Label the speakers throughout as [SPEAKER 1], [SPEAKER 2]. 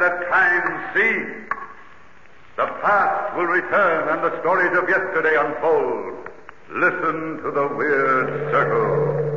[SPEAKER 1] time seen. The past will return and the stories of yesterday unfold. Listen to the Weird Circle.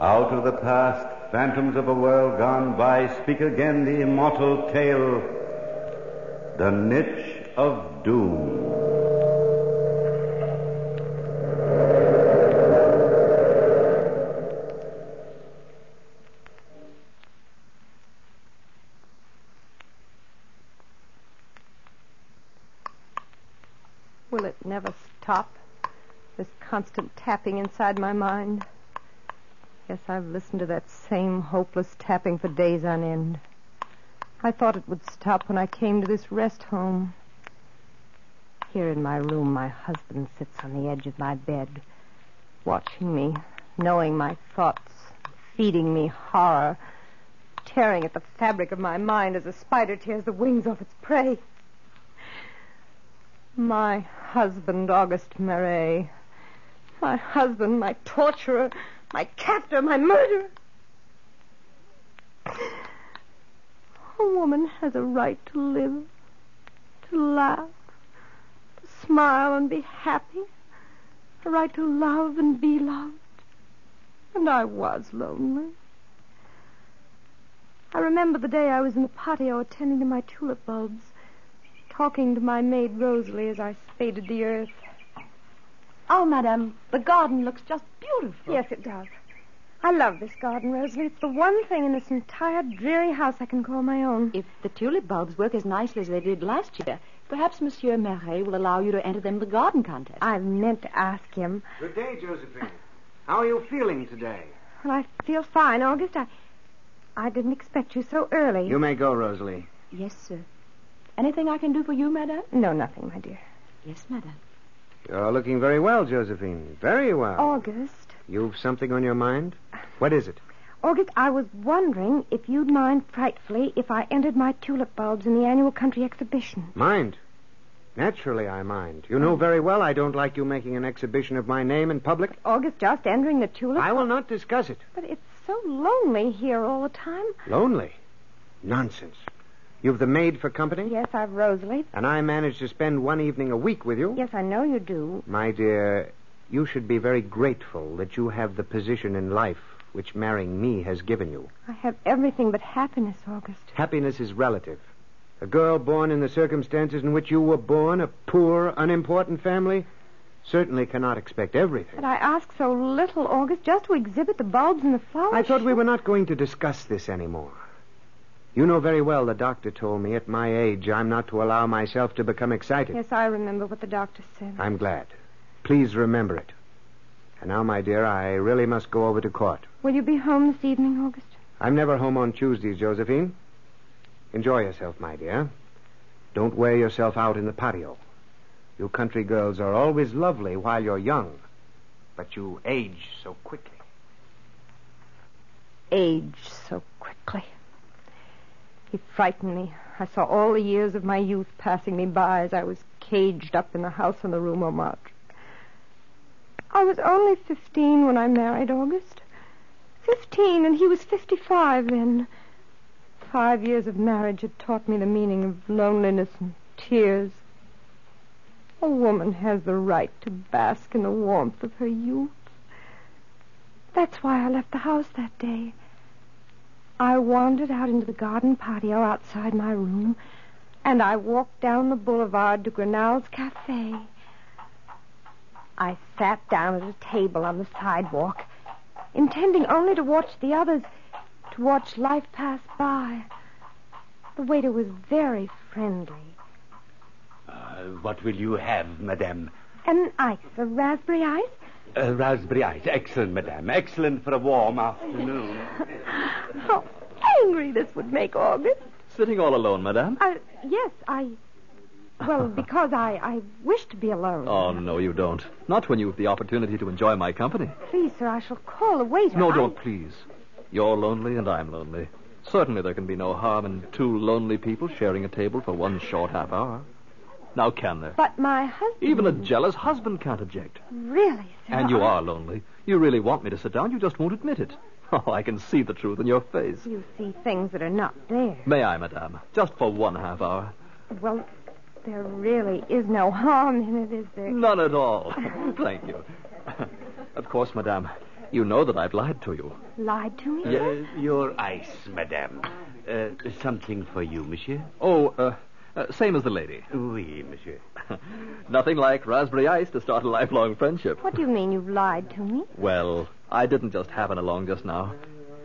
[SPEAKER 2] Out of the past, phantoms of a world gone by, speak again the immortal tale The Niche of Doom.
[SPEAKER 3] Will it never stop? This constant tapping inside my mind. Yes, I've listened to that same hopeless tapping for days on end. I thought it would stop when I came to this rest home. Here in my room, my husband sits on the edge of my bed, watching me, knowing my thoughts, feeding me horror, tearing at the fabric of my mind as a spider tears the wings off its prey. My husband, August Marais. My husband, my torturer, my captor, my murderer. A woman has a right to live, to laugh, to smile and be happy, a right to love and be loved. And I was lonely. I remember the day I was in the patio attending to my tulip bulbs talking to my maid Rosalie as I spaded the earth.
[SPEAKER 4] Oh, madame, the garden looks just
[SPEAKER 5] Oh.
[SPEAKER 4] beautiful.
[SPEAKER 3] Yes, it does. I love this garden, Rosalie. It's the one thing in this entire dreary house I can call my own.
[SPEAKER 4] If the tulip bulbs work as nicely as they did last year, perhaps Monsieur Marais will allow you to enter them in the garden contest.
[SPEAKER 3] I meant to ask him.
[SPEAKER 5] Good day, Josephine. How are you feeling today?
[SPEAKER 3] Well, I feel fine, August. I, I didn't expect you so early.
[SPEAKER 5] You may go, Rosalie.
[SPEAKER 4] Yes, sir. Anything I can do for you, madame?
[SPEAKER 3] No, nothing, my dear.
[SPEAKER 4] Yes, madame.
[SPEAKER 5] You're looking very well, Josephine. Very well.
[SPEAKER 3] August,
[SPEAKER 5] You've something on your mind? What is it?
[SPEAKER 3] August, I was wondering if you'd mind frightfully if I entered my tulip bulbs in the annual country exhibition.
[SPEAKER 5] Mind? Naturally, I mind. You know very well I don't like you making an exhibition of my name in public.
[SPEAKER 3] August, just entering the tulip.
[SPEAKER 5] I will not discuss it.
[SPEAKER 3] But it's so lonely here all the time.
[SPEAKER 5] Lonely? Nonsense. You've the maid for company?
[SPEAKER 3] Yes, I've Rosalie.
[SPEAKER 5] And I manage to spend one evening a week with you?
[SPEAKER 3] Yes, I know you do.
[SPEAKER 5] My dear, you should be very grateful that you have the position in life which marrying me has given you.
[SPEAKER 3] I have everything but happiness, August.
[SPEAKER 5] Happiness is relative. A girl born in the circumstances in which you were born, a poor, unimportant family, certainly cannot expect everything.
[SPEAKER 3] But I ask so little, August, just to exhibit the bulbs and the flowers.
[SPEAKER 5] I thought we were not going to discuss this anymore. You know very well the doctor told me at my age I'm not to allow myself to become excited.
[SPEAKER 3] Yes, I remember what the doctor said.
[SPEAKER 5] I'm glad. Please remember it. And now, my dear, I really must go over to court.
[SPEAKER 3] Will you be home this evening, August?
[SPEAKER 5] I'm never home on Tuesdays, Josephine. Enjoy yourself, my dear. Don't wear yourself out in the patio. You country girls are always lovely while you're young, but you age so quickly.
[SPEAKER 3] Age so quickly. He frightened me. I saw all the years of my youth passing me by as I was caged up in the house on the Rue Montmartre. I was only 15 when I married August. 15, and he was 55 then. Five years of marriage had taught me the meaning of loneliness and tears. A woman has the right to bask in the warmth of her youth. That's why I left the house that day. I wandered out into the garden patio outside my room, and I walked down the boulevard to Grinnell's Cafe. I sat down at a table on the sidewalk, intending only to watch the others, to watch life pass by. The waiter was very friendly.
[SPEAKER 6] Uh, what will you have, madame?
[SPEAKER 3] An ice, a raspberry ice?
[SPEAKER 6] Uh, raspberry ice. Excellent, madame. Excellent for a warm afternoon.
[SPEAKER 3] How angry this would make August.
[SPEAKER 6] Sitting all alone, madame?
[SPEAKER 3] I, yes, I. Well, because I, I wish to be alone.
[SPEAKER 7] Oh, no, you don't. Not when you've the opportunity to enjoy my company.
[SPEAKER 3] Please, sir, I shall call the waiter.
[SPEAKER 7] No,
[SPEAKER 3] I-
[SPEAKER 7] don't, please. You're lonely and I'm lonely. Certainly there can be no harm in two lonely people sharing a table for one short half hour. Now, can there?
[SPEAKER 3] But my husband.
[SPEAKER 7] Even a jealous husband can't object.
[SPEAKER 3] Really, sir.
[SPEAKER 7] And you
[SPEAKER 3] I-
[SPEAKER 7] are lonely. You really want me to sit down, you just won't admit it. Oh, I can see the truth in your face.
[SPEAKER 3] You see things that are not there.
[SPEAKER 7] May I, madame? Just for one half hour.
[SPEAKER 3] Well, there really is no harm in it, is there?
[SPEAKER 7] None at all. Thank you. of course, madame, you know that I've lied to you.
[SPEAKER 3] Lied to me? sir?
[SPEAKER 6] Y- Uh, your ice, madame. Uh, something for you, monsieur.
[SPEAKER 7] Oh, uh, uh, same as the lady.
[SPEAKER 6] Oui, monsieur.
[SPEAKER 7] Nothing like raspberry ice to start a lifelong friendship.
[SPEAKER 3] What do you mean you've lied to me?
[SPEAKER 7] Well, I didn't just happen along just now.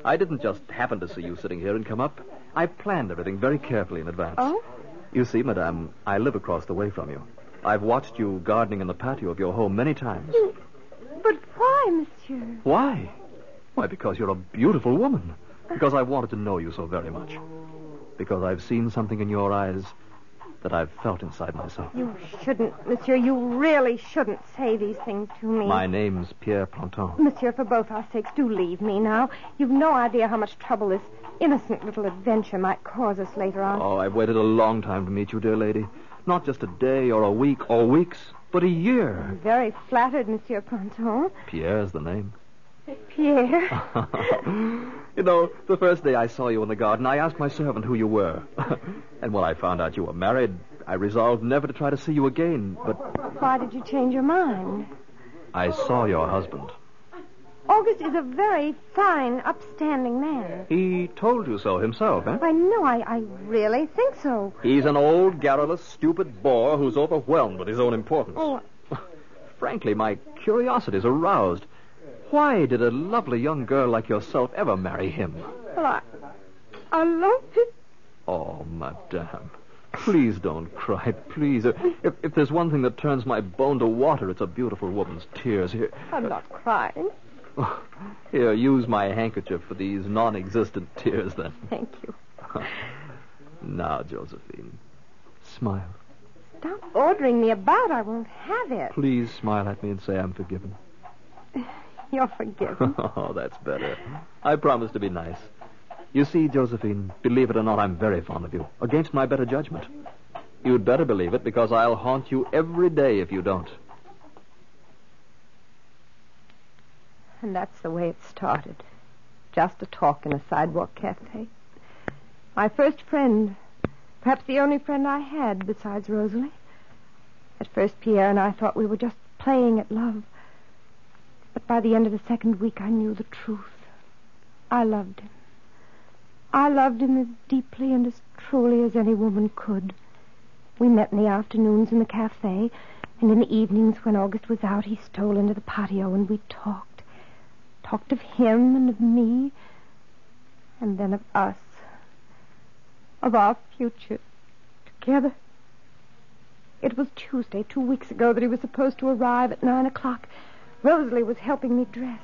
[SPEAKER 7] I didn't just happen to see you sitting here and come up. I planned everything very carefully in advance.
[SPEAKER 3] Oh?
[SPEAKER 7] You see, madame, I live across the way from you. I've watched you gardening in the patio of your home many times.
[SPEAKER 3] But why, monsieur?
[SPEAKER 7] Why? Why, because you're a beautiful woman. Because I wanted to know you so very much. Because I've seen something in your eyes that I've felt inside myself.
[SPEAKER 3] You shouldn't, monsieur. You really shouldn't say these things to me.
[SPEAKER 7] My name's Pierre Planton.
[SPEAKER 3] Monsieur, for both our sakes, do leave me now. You've no idea how much trouble this innocent little adventure might cause us later on.
[SPEAKER 7] Oh, I've waited a long time to meet you, dear lady. Not just a day or a week or weeks, but a year.
[SPEAKER 3] I'm very flattered, Monsieur Ponton.
[SPEAKER 7] Pierre's the name.
[SPEAKER 3] Pierre.
[SPEAKER 7] you know, the first day I saw you in the garden, I asked my servant who you were. and when I found out you were married, I resolved never to try to see you again. But
[SPEAKER 3] Why did you change your mind?
[SPEAKER 7] I saw your husband.
[SPEAKER 3] August is a very fine, upstanding man.
[SPEAKER 7] He told you so himself, eh?
[SPEAKER 3] Why, no, I, I really think so.
[SPEAKER 7] He's an old, garrulous, stupid bore who's overwhelmed with his own importance.
[SPEAKER 3] Oh,
[SPEAKER 7] Frankly, my curiosity's aroused. Why did a lovely young girl like yourself ever marry him?
[SPEAKER 3] well, I, I love him.
[SPEAKER 7] Oh, madame. Please don't cry, please. If, if- if there's one thing that turns my bone to water, it's a beautiful woman's tears. Here, oh,
[SPEAKER 3] I'm not crying.
[SPEAKER 7] here, use my handkerchief for these non-existent tears, then.
[SPEAKER 3] Thank you.
[SPEAKER 7] Now, Josephine, smile.
[SPEAKER 3] Stop ordering me about. I won't have it.
[SPEAKER 7] Please smile at me and say I'm forgiven.
[SPEAKER 3] You're forgiven.
[SPEAKER 7] oh, that's better. I promise to be nice. You see, Josephine, believe it or not, I'm very fond of you, against my better judgment. You'd better believe it, because I'll haunt you every day if you don't.
[SPEAKER 3] And that's the way it started. Just a talk in a sidewalk cafe. My first friend, perhaps the only friend I had besides Rosalie. At first, Pierre and I thought we were just playing at love. But by the end of the second week, I knew the truth. I loved him. I loved him as deeply and as truly as any woman could. We met in the afternoons in the cafe, and in the evenings when August was out, he stole into the patio and we talked talked of him and of me, and then of us, of our future together. It was Tuesday, two weeks ago, that he was supposed to arrive at nine o'clock. Rosalie was helping me dress.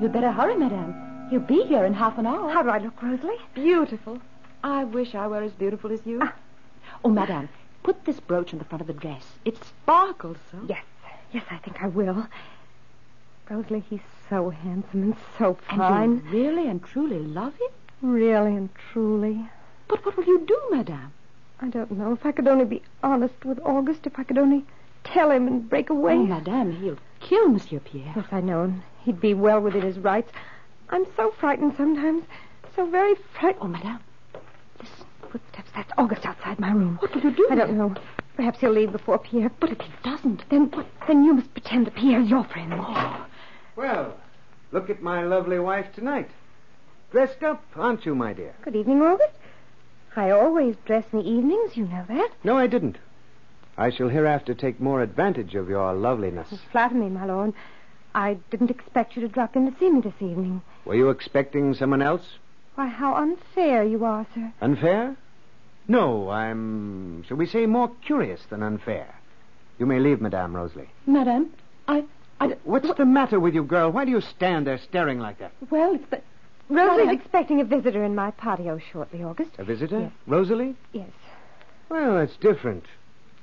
[SPEAKER 4] You'd better hurry, madame. He'll be here in half an hour.
[SPEAKER 3] How do I look, Rosalie?
[SPEAKER 4] beautiful. I wish I were as beautiful as you. Oh, madame, put this brooch on the front of the dress. It sparkles so.
[SPEAKER 3] Yes, yes, I think I will. Rosalie, he's so handsome and so
[SPEAKER 4] And
[SPEAKER 3] fine.
[SPEAKER 4] you really and truly love him?
[SPEAKER 3] Really and truly.
[SPEAKER 4] But what will you do, madame?
[SPEAKER 3] I don't know. If I could only be honest with August, if I could only tell him and break away.
[SPEAKER 4] Oh, madame, he'll kill Monsieur Pierre.
[SPEAKER 3] Yes, I know. And he'd be well within his rights. I'm so frightened sometimes. So very frightened.
[SPEAKER 4] Oh, madame,
[SPEAKER 3] Listen, footsteps. That's August outside my room.
[SPEAKER 4] what will you do?
[SPEAKER 3] I don't know. Perhaps he'll leave before Pierre. But if he
[SPEAKER 4] doesn't. Oh.
[SPEAKER 3] then, then you must pretend that Pierre's your friend.
[SPEAKER 5] Well, look at my lovely wife tonight. Dressed up, aren't you, my dear?
[SPEAKER 3] Good evening, August. I always dress in the evenings. You know that.
[SPEAKER 5] No, I didn't. I shall hereafter take more advantage of your loveliness.
[SPEAKER 3] Flatter me, my lord. I didn't expect you to drop in to see me this evening.
[SPEAKER 5] Were you expecting someone else?
[SPEAKER 3] Why, how unfair you are, sir.
[SPEAKER 5] Unfair? No, I'm, shall we say, more curious than unfair. You may leave, Madame Rosalie.
[SPEAKER 4] Madame, I. I d-
[SPEAKER 5] What's the matter with you, girl? Why do you stand there staring like that?
[SPEAKER 4] well, it's the.
[SPEAKER 3] Rosalie's
[SPEAKER 4] Madame- Uh,
[SPEAKER 3] expecting a visitor in my patio shortly, August.
[SPEAKER 5] A visitor?
[SPEAKER 3] Yes.
[SPEAKER 5] Rosalie?
[SPEAKER 3] Yes.
[SPEAKER 5] Well, that's different.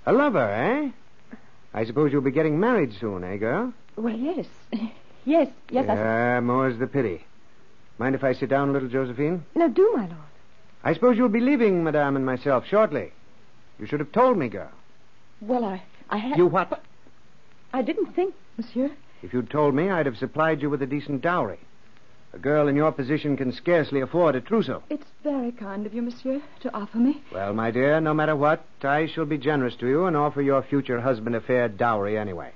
[SPEAKER 5] A lover, eh? I suppose you'll be getting married soon, eh, girl?
[SPEAKER 4] Well, yes. Yes, yes, I s-
[SPEAKER 5] Ah, more's the pity. Mind if I sit down, little Josephine?
[SPEAKER 3] No, do, my lord.
[SPEAKER 5] I suppose you'll be leaving Madame and myself shortly. You should have told me, girl.
[SPEAKER 4] Well, I, I had.
[SPEAKER 5] You what?
[SPEAKER 4] I didn't think, monsieur.
[SPEAKER 5] If you'd told me, I'd have supplied you with a decent dowry. A girl in your position can scarcely afford a trousseau.
[SPEAKER 4] It's very kind of you, monsieur, to offer me.
[SPEAKER 5] Well, my dear, no matter what, I shall be generous to you and offer your future husband a fair dowry anyway.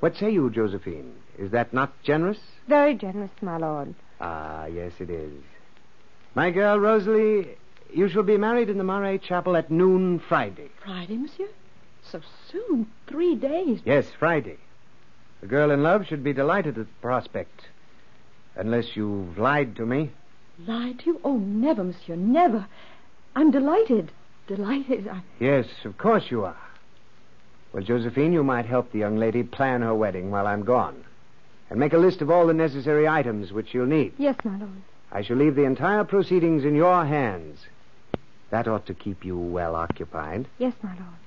[SPEAKER 5] What say you, Josephine? Is that not generous?
[SPEAKER 3] Very generous, my lord.
[SPEAKER 5] Ah, yes, it is. My girl, Rosalie, you shall be married in the Marais Chapel at noon Friday.
[SPEAKER 4] Friday, monsieur? So soon, three days.
[SPEAKER 5] Yes, Friday. A girl in love should be delighted at the prospect. Unless you've lied to me.
[SPEAKER 4] Lied to you? Oh, never, monsieur, never. I'm delighted. Delighted. I...
[SPEAKER 5] Yes, of course you are. Well, Josephine, you might help the young lady plan her wedding while I'm gone. And make a list of all the necessary items which you'll need.
[SPEAKER 3] Yes, my lord.
[SPEAKER 5] I shall leave the entire proceedings in your hands. That ought to keep you well occupied.
[SPEAKER 3] Yes, my lord.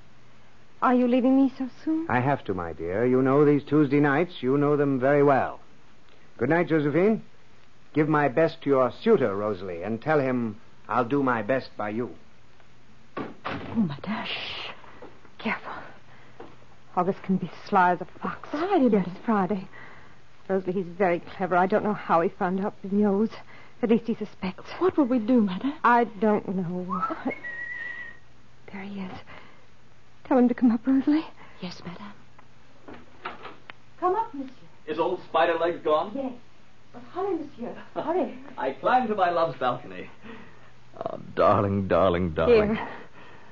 [SPEAKER 3] Are you leaving me so soon?
[SPEAKER 5] I have to, my dear. You know these Tuesday nights. You know them very well. Good night, Josephine. Give my best to your suitor, Rosalie, and tell him I'll do my best by you.
[SPEAKER 4] Oh, madame.
[SPEAKER 3] Careful. August can be sly as a fox.
[SPEAKER 4] Friday,
[SPEAKER 3] Yes,
[SPEAKER 4] madam.
[SPEAKER 3] Friday. Rosalie, he's very clever. I don't know how he found out he knows. At least he suspects.
[SPEAKER 4] What will we do, madame?
[SPEAKER 3] I don't know. There he is. Tell him to come up, Rosalie.
[SPEAKER 4] Yes, madame. Come up, monsieur.
[SPEAKER 7] Is old spider leg gone?
[SPEAKER 4] Yes. But hurry, monsieur. Hurry.
[SPEAKER 7] I climbed to my love's balcony. Oh, darling, darling, darling.
[SPEAKER 3] Here.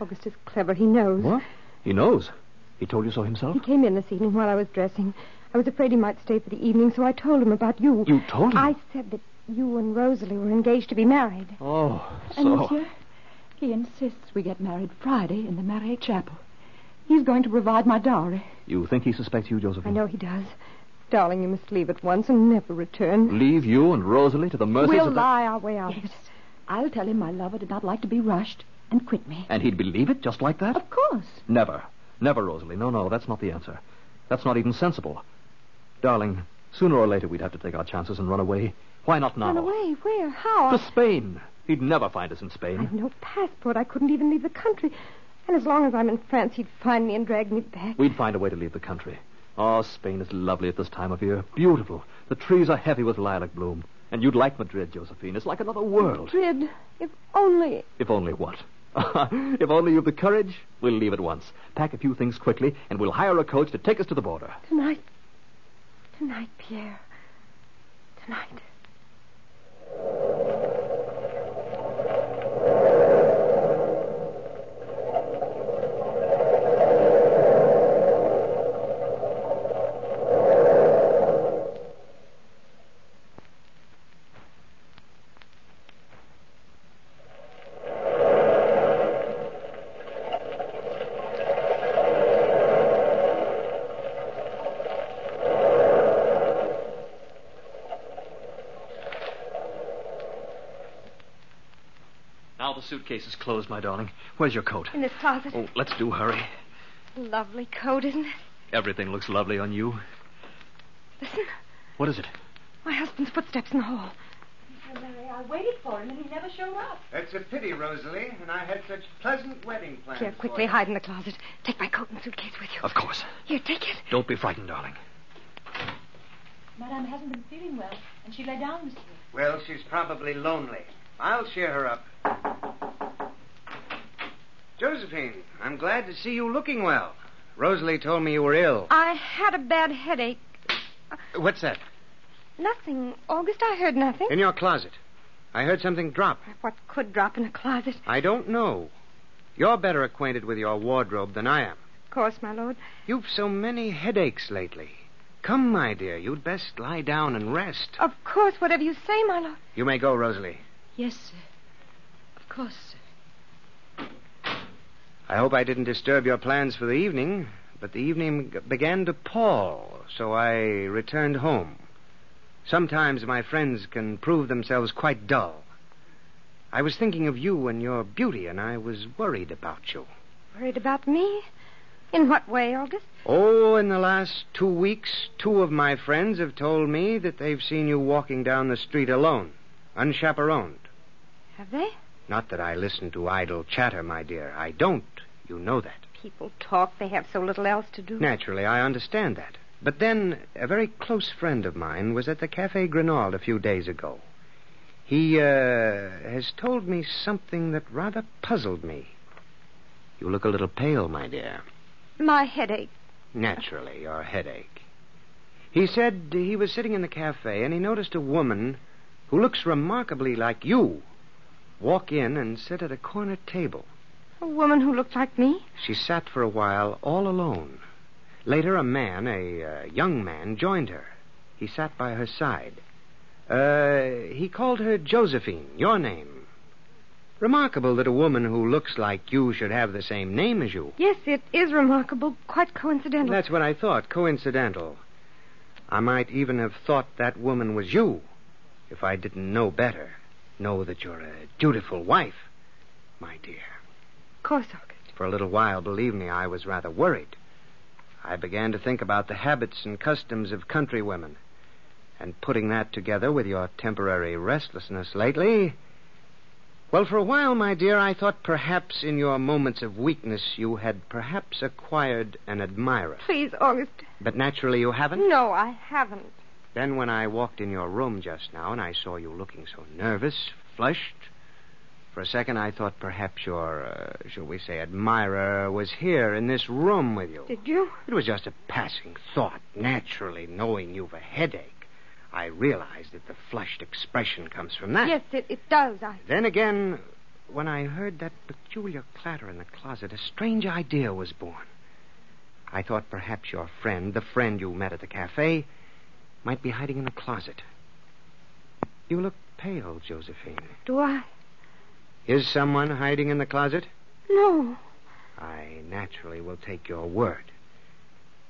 [SPEAKER 3] August is clever. He knows.
[SPEAKER 7] What? He knows. He told you so himself?
[SPEAKER 3] He came in this evening while I was dressing. I was afraid he might stay for the evening, so I told him about you.
[SPEAKER 7] You told him?
[SPEAKER 3] I said that you and Rosalie were engaged to be married.
[SPEAKER 7] Oh,
[SPEAKER 4] And
[SPEAKER 7] so.
[SPEAKER 4] monsieur, he insists we get married Friday in the Marais Chapel. He's going to provide my dowry.
[SPEAKER 7] You think he suspects you, Josephine?
[SPEAKER 3] I know he does. Darling, you must leave at once and never return.
[SPEAKER 7] Leave you and Rosalie to the mercies
[SPEAKER 3] we'll
[SPEAKER 7] of the...
[SPEAKER 3] lie our way out.
[SPEAKER 4] Yes. I'll tell him my lover did not like to be rushed and quit me.
[SPEAKER 7] And he'd believe it just like that?
[SPEAKER 4] Of course.
[SPEAKER 7] Never. Never, Rosalie. No, no, that's not the answer. That's not even sensible. Darling, sooner or later we'd have to take our chances and run away. Why not now?
[SPEAKER 3] Run away? Where? How?
[SPEAKER 7] To Spain. He'd never find us in Spain.
[SPEAKER 3] I've no passport. I couldn't even leave the country. And as long as I'm in France, he'd find me and drag me back.
[SPEAKER 7] We'd find a way to leave the country. Oh, Spain is lovely at this time of year. Beautiful. The trees are heavy with lilac bloom. And you'd like Madrid, Josephine. It's like another world.
[SPEAKER 3] Madrid, if only.
[SPEAKER 7] If only what? if only you've the courage, we'll leave at once. Pack a few things quickly, and we'll hire a coach to take us to the border.
[SPEAKER 3] Tonight. Tonight, Pierre. Tonight.
[SPEAKER 7] Now the suitcase is closed, my darling. Where's your coat?
[SPEAKER 3] In this closet.
[SPEAKER 7] Oh, let's do hurry.
[SPEAKER 3] Lovely coat, isn't it?
[SPEAKER 7] Everything looks lovely on you.
[SPEAKER 3] Listen.
[SPEAKER 7] What is it?
[SPEAKER 3] My husband's footsteps in the hall.
[SPEAKER 4] I waited for him and he never showed up.
[SPEAKER 5] That's a pity, Rosalie, and I had such pleasant wedding plans.
[SPEAKER 3] Pierre, quickly hide in the closet. Take my coat and suitcase with you.
[SPEAKER 7] Of course.
[SPEAKER 3] Here, take it.
[SPEAKER 7] Don't be frightened, darling.
[SPEAKER 4] Madame hasn't been feeling well, and she lay down, monsieur.
[SPEAKER 5] Well, she's probably lonely. I'll cheer her up. Josephine, I'm glad to see you looking well. Rosalie told me you were ill.
[SPEAKER 3] I had a bad headache.
[SPEAKER 5] What's that?
[SPEAKER 3] Nothing. August, I heard nothing.
[SPEAKER 5] In your closet. I heard something drop.
[SPEAKER 3] What could drop in a closet?
[SPEAKER 5] I don't know. You're better acquainted with your wardrobe than I am.
[SPEAKER 3] Of course, my lord.
[SPEAKER 5] You've so many headaches lately. Come, my dear, you'd best lie down and rest.
[SPEAKER 3] Of course, whatever you say, my lord.
[SPEAKER 5] You may go, Rosalie.
[SPEAKER 4] Yes, sir. Of course, sir.
[SPEAKER 5] I hope I didn't disturb your plans for the evening, but the evening began to pall, so I returned home. Sometimes my friends can prove themselves quite dull. I was thinking of you and your beauty, and I was worried about you.
[SPEAKER 3] Worried about me? In what way, August?
[SPEAKER 5] Oh, in the last two weeks, two of my friends have told me that they've seen you walking down the street alone, unchaperoned.
[SPEAKER 3] Have they?
[SPEAKER 5] Not that I listen to idle chatter, my dear. I don't. You know that.
[SPEAKER 3] People talk. They have so little else to do.
[SPEAKER 5] Naturally, I understand that. But then, a very close friend of mine was at the Cafe Grenade a few days ago. He uh, has told me something that rather puzzled me. You look a little pale, my dear.
[SPEAKER 3] My headache.
[SPEAKER 5] Naturally, your headache. He said he was sitting in the cafe and he noticed a woman who looks remarkably like you walk in and sit at a corner table.
[SPEAKER 3] A woman who looked like me?
[SPEAKER 5] She sat for a while all alone. Later, a man, a uh, young man, joined her. He sat by her side. Uh, he called her Josephine, your name. Remarkable that a woman who looks like you should have the same name as you.
[SPEAKER 3] Yes, it is remarkable. Quite coincidental.
[SPEAKER 5] That's what I thought, coincidental. I might even have thought that woman was you if I didn't know better. Know that you're a dutiful wife, my dear.
[SPEAKER 3] Of course, August.
[SPEAKER 5] For a little while, believe me, I was rather worried. I began to think about the habits and customs of countrywomen. And putting that together with your temporary restlessness lately. Well, for a while, my dear, I thought perhaps in your moments of weakness you had perhaps acquired an admirer.
[SPEAKER 3] Please, August.
[SPEAKER 5] But naturally you haven't.
[SPEAKER 3] No, I haven't.
[SPEAKER 5] Then when I walked in your room just now and I saw you looking so nervous, flushed, for a second I thought perhaps your, uh, shall we say, admirer was here in this room with you.
[SPEAKER 3] Did you?
[SPEAKER 5] It was just a passing thought. Naturally, knowing you've a headache, I realized that the flushed expression comes from that.
[SPEAKER 3] Yes, it, it does. I.
[SPEAKER 5] Then again, when I heard that peculiar clatter in the closet, a strange idea was born. I thought perhaps your friend, the friend you met at the cafe, might be hiding in the closet. You look pale, Josephine.
[SPEAKER 3] Do I?
[SPEAKER 5] Is someone hiding in the closet?
[SPEAKER 3] No.
[SPEAKER 5] I naturally will take your word.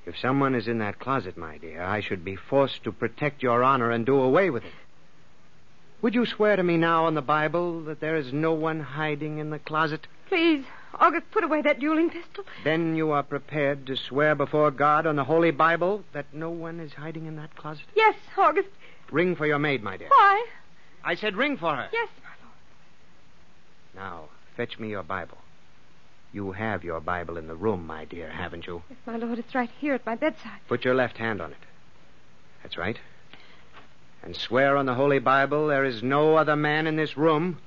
[SPEAKER 5] If someone is in that closet, my dear, I should be forced to protect your honor and do away with it. Would you swear to me now on the Bible that there is no one hiding in the closet?
[SPEAKER 3] Please, August, put away that dueling pistol.
[SPEAKER 5] Then you are prepared to swear before God on the Holy Bible that no one is hiding in that closet?
[SPEAKER 3] Yes, August.
[SPEAKER 5] Ring for your maid, my dear.
[SPEAKER 3] Why?
[SPEAKER 5] I said ring for her.
[SPEAKER 3] Yes.
[SPEAKER 5] Now, fetch me your Bible. You have your Bible in the room, my dear, haven't you?
[SPEAKER 3] Yes, my lord, it's right here at my bedside.
[SPEAKER 5] Put your left hand on it. That's right. And swear on the Holy Bible there is no other man in this room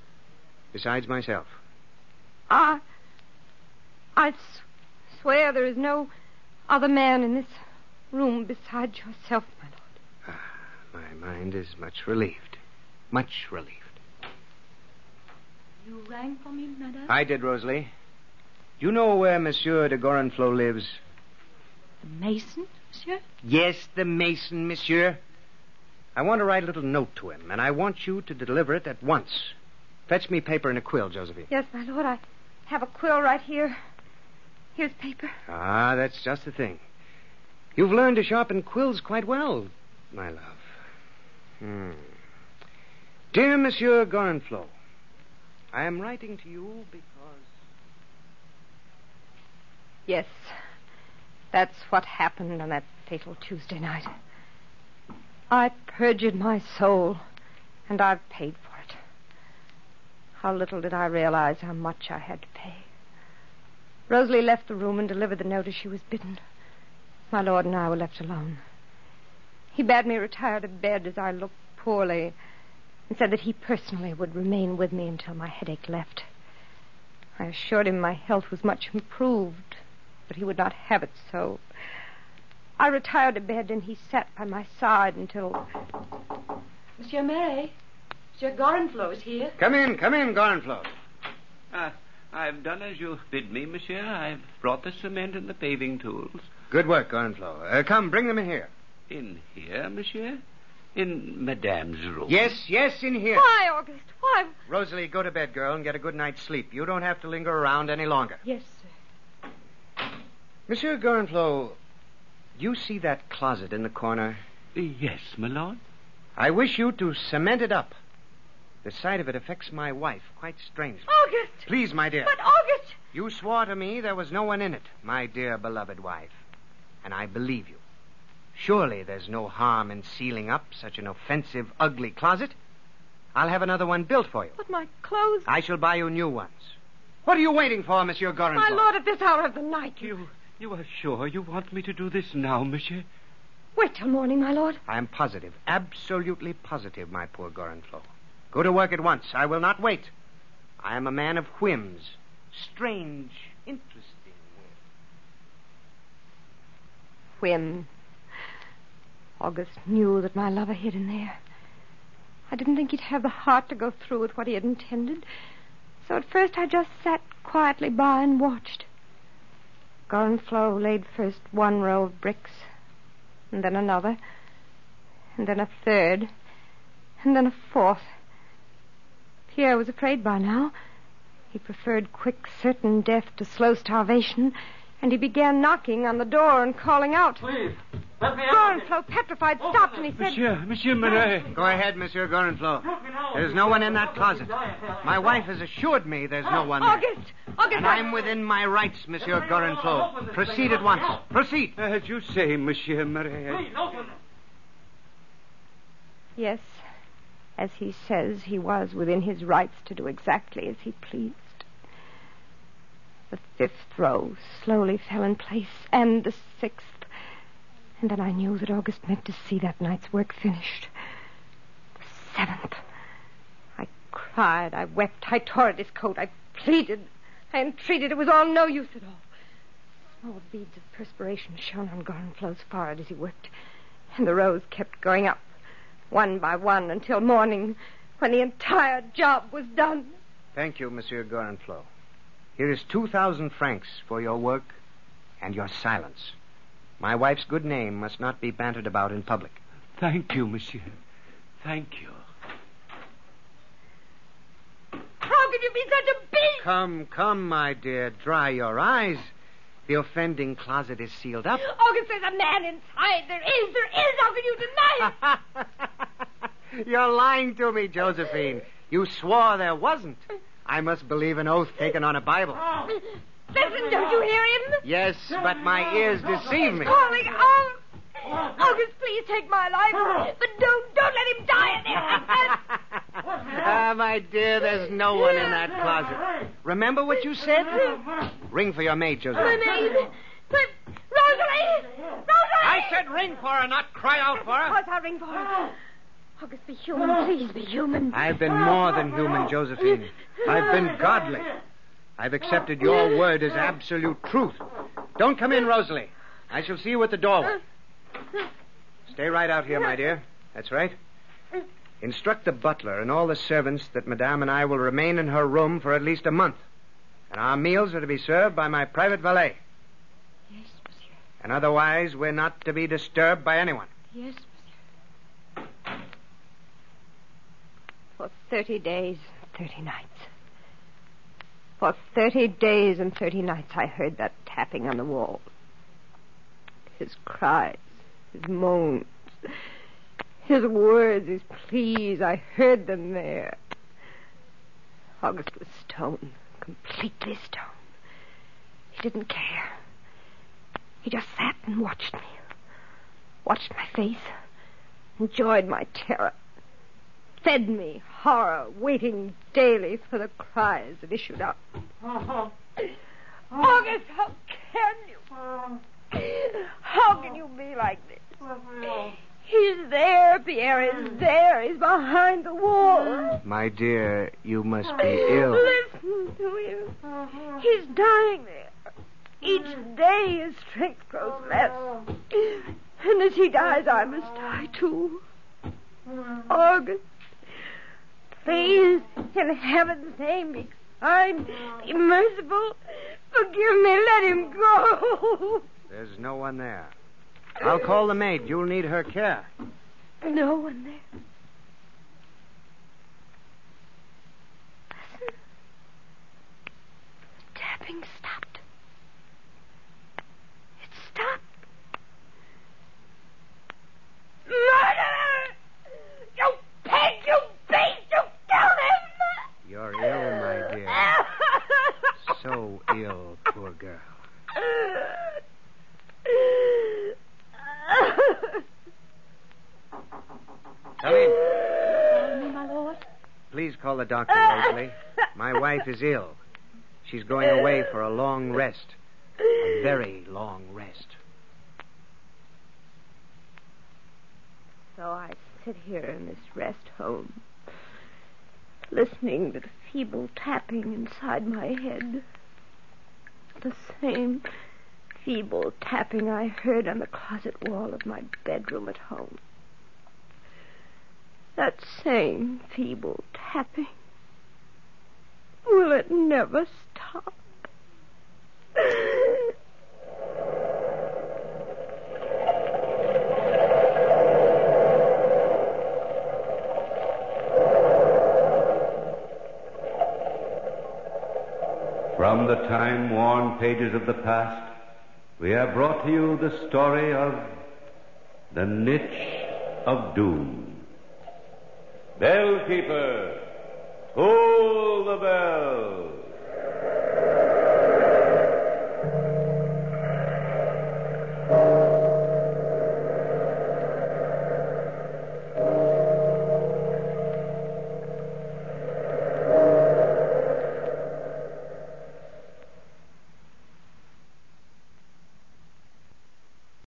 [SPEAKER 5] besides myself.
[SPEAKER 3] I. I s- swear there is no other man in this room besides yourself, my lord.
[SPEAKER 5] Ah, My mind is much relieved. Much relieved.
[SPEAKER 4] You rang for me, madame?
[SPEAKER 5] I did, Rosalie. Do you know where Monsieur de Gorenflot lives?
[SPEAKER 4] The mason, monsieur?
[SPEAKER 5] Yes, the mason, monsieur. I want to write a little note to him, and I want you to deliver it at once. Fetch me paper and a quill, Josephine.
[SPEAKER 3] Yes, my lord, I have a quill right here. Here's paper.
[SPEAKER 5] Ah, that's just the thing. You've learned to sharpen quills quite well, my love. Hmm. Dear Monsieur Gorenflot, I am writing to you because.
[SPEAKER 3] Yes. That's what happened on that fatal Tuesday night. I perjured my soul, and I've paid for it. How little did I realize how much I had to pay. Rosalie left the room and delivered the notice she was bidden. My lord and I were left alone. He bade me retire to bed as I looked poorly and said that he personally would remain with me until my headache left. I assured him my health was much improved, but he would not have it so. I retired to bed, and he sat by my side until.
[SPEAKER 4] Monsieur Marais, Monsieur Gorenflot is here.
[SPEAKER 5] Come in, come in, Gorenflot.
[SPEAKER 6] Uh, I've done as you bid me, monsieur. I've brought the cement and the paving tools.
[SPEAKER 5] Good work, Gorenflot. Uh, come, bring them in here.
[SPEAKER 6] In here, monsieur? In madame's room?
[SPEAKER 5] Yes, yes, in here.
[SPEAKER 3] Why, August? Why?
[SPEAKER 5] Rosalie, go to bed, girl, and get a good night's sleep. You don't have to linger around any longer.
[SPEAKER 4] Yes, sir.
[SPEAKER 5] Monsieur Gorenflot, you see that closet in the corner?
[SPEAKER 6] Yes, my lord.
[SPEAKER 5] I wish you to cement it up. The sight of it affects my wife quite strangely.
[SPEAKER 8] August!
[SPEAKER 5] Please, my dear.
[SPEAKER 8] But August!
[SPEAKER 5] You swore to me there was no one in it, my dear beloved wife. And I believe you. Surely there's no harm in sealing up such an offensive, ugly closet. I'll have another one built for you.
[SPEAKER 8] But my clothes.
[SPEAKER 5] I shall buy you new ones. What are you waiting for, Monsieur Gorenfort?
[SPEAKER 8] My lord, at this hour of the night. You...
[SPEAKER 6] You, you are sure you want me to do this now, monsieur?
[SPEAKER 8] Wait till morning, my lord.
[SPEAKER 5] I am positive, absolutely positive, my poor Gorenflot. Go to work at once. I will not wait. I am a man of whims. Strange, interesting.
[SPEAKER 3] Whim. August knew that my lover hid in there. I didn't think he'd have the heart to go through with what he had intended. So at first I just sat quietly by and watched. Gorenflot laid first one row of bricks, and then another, and then a third, and then a fourth. Pierre was afraid by now. He preferred quick, certain death to slow starvation, and he began knocking on the door and calling out.
[SPEAKER 6] Please, let me
[SPEAKER 3] Gorenflot, petrified, stopped, and he said,
[SPEAKER 6] Monsieur, Monsieur Marais.
[SPEAKER 5] Go ahead, Monsieur Gorenflot. There's no one in that closet.
[SPEAKER 6] eh?
[SPEAKER 5] My wife has assured me there's no one there.
[SPEAKER 8] August! August!
[SPEAKER 5] And I'm within my rights, Monsieur Gorenflot. Proceed at once. Proceed.
[SPEAKER 6] As you say, Monsieur Marais.
[SPEAKER 3] Yes, as he says, he was within his rights to do exactly as he pleased. The fifth row slowly fell in place, and the sixth. And then I knew that August meant to see that night's work finished. The seventh. I cried, I wept, I tore at his coat, I pleaded, I entreated. It was all no use at all. Small beads of perspiration shone on Gorenflot's forehead as he worked, and the rows kept going up, one by one, until morning, when the entire job was done.
[SPEAKER 5] Thank you, Monsieur Gorenflot. Here is 2,000 francs for your work and your silence. My wife's good name must not be bantered about in public.
[SPEAKER 6] Thank you, monsieur. Thank you.
[SPEAKER 8] How could you be such a beast?
[SPEAKER 5] Come, come, my dear. Dry your eyes. The offending closet is sealed up.
[SPEAKER 8] August, there's a man inside. There is, there is. How can you deny
[SPEAKER 5] Ah.
[SPEAKER 8] it?
[SPEAKER 5] You're lying to me, Josephine. You swore there wasn't. I must believe an oath taken on a Bible.
[SPEAKER 8] Listen, don't you hear him?
[SPEAKER 5] Yes, but my ears deceive me.
[SPEAKER 8] Calling out. August, please take my life. But don't, don't let him die in there like that.
[SPEAKER 5] ah, my dear, there's no one in that closet. Remember what you said? Ring for your maid,
[SPEAKER 8] My
[SPEAKER 5] Josephine.
[SPEAKER 8] maid. My... Rosalie! Rosalie!
[SPEAKER 5] I said ring for her, not cry out for her.
[SPEAKER 8] I'll ring for her. August, be human. Please be Oh, human.
[SPEAKER 5] I've been more than human, Josephine. I've been godly. I've accepted your word as absolute truth. Don't come in, Rosalie. I shall see you at the doorway. Stay right out here, my dear. That's right. Instruct the butler and all the servants that Madame and I will remain in her room for at least a month. And our meals are to be served by my private valet.
[SPEAKER 4] Yes, monsieur.
[SPEAKER 5] And otherwise, we're not to be disturbed by anyone.
[SPEAKER 4] Yes,
[SPEAKER 3] For 30 days, 30 nights. For 30 days and 30 nights, I heard that tapping on the wall. His cries, his moans, his words, his pleas, I heard them there. August was stone, completely stone. He didn't care. He just sat and watched me, watched my face, enjoyed my terror fed me horror, waiting daily for the cries that issued out.
[SPEAKER 8] August, how can you? How can you be like this? He's there, Pierre is there. He's behind the wall.
[SPEAKER 5] My dear, you must be ill.
[SPEAKER 8] Listen to him. He's dying there. Each day his strength grows less. And as he dies, I must die too. August, please, in heaven's name, be kind, be merciful. Forgive me, let him go.
[SPEAKER 5] There's no one there. I'll call the maid. You'll need her care.
[SPEAKER 8] No one there. Listen. The tapping stopped. It stopped. Murderer! You pig! You beast! You killed
[SPEAKER 5] girl. Come in.
[SPEAKER 4] Me, my lord?
[SPEAKER 5] Please call the doctor, Rosalie. My wife is ill. She's going away for a long rest. A very long rest.
[SPEAKER 3] So I sit here in this rest home, listening to the feeble tapping inside my head. The same feeble tapping I heard on the closet wall of my bedroom at home. That same feeble tapping. Will it never stop?
[SPEAKER 2] From the time worn pages of the past, we have brought to you the story of The Niche of Doom. Bellkeeper, toll the bell.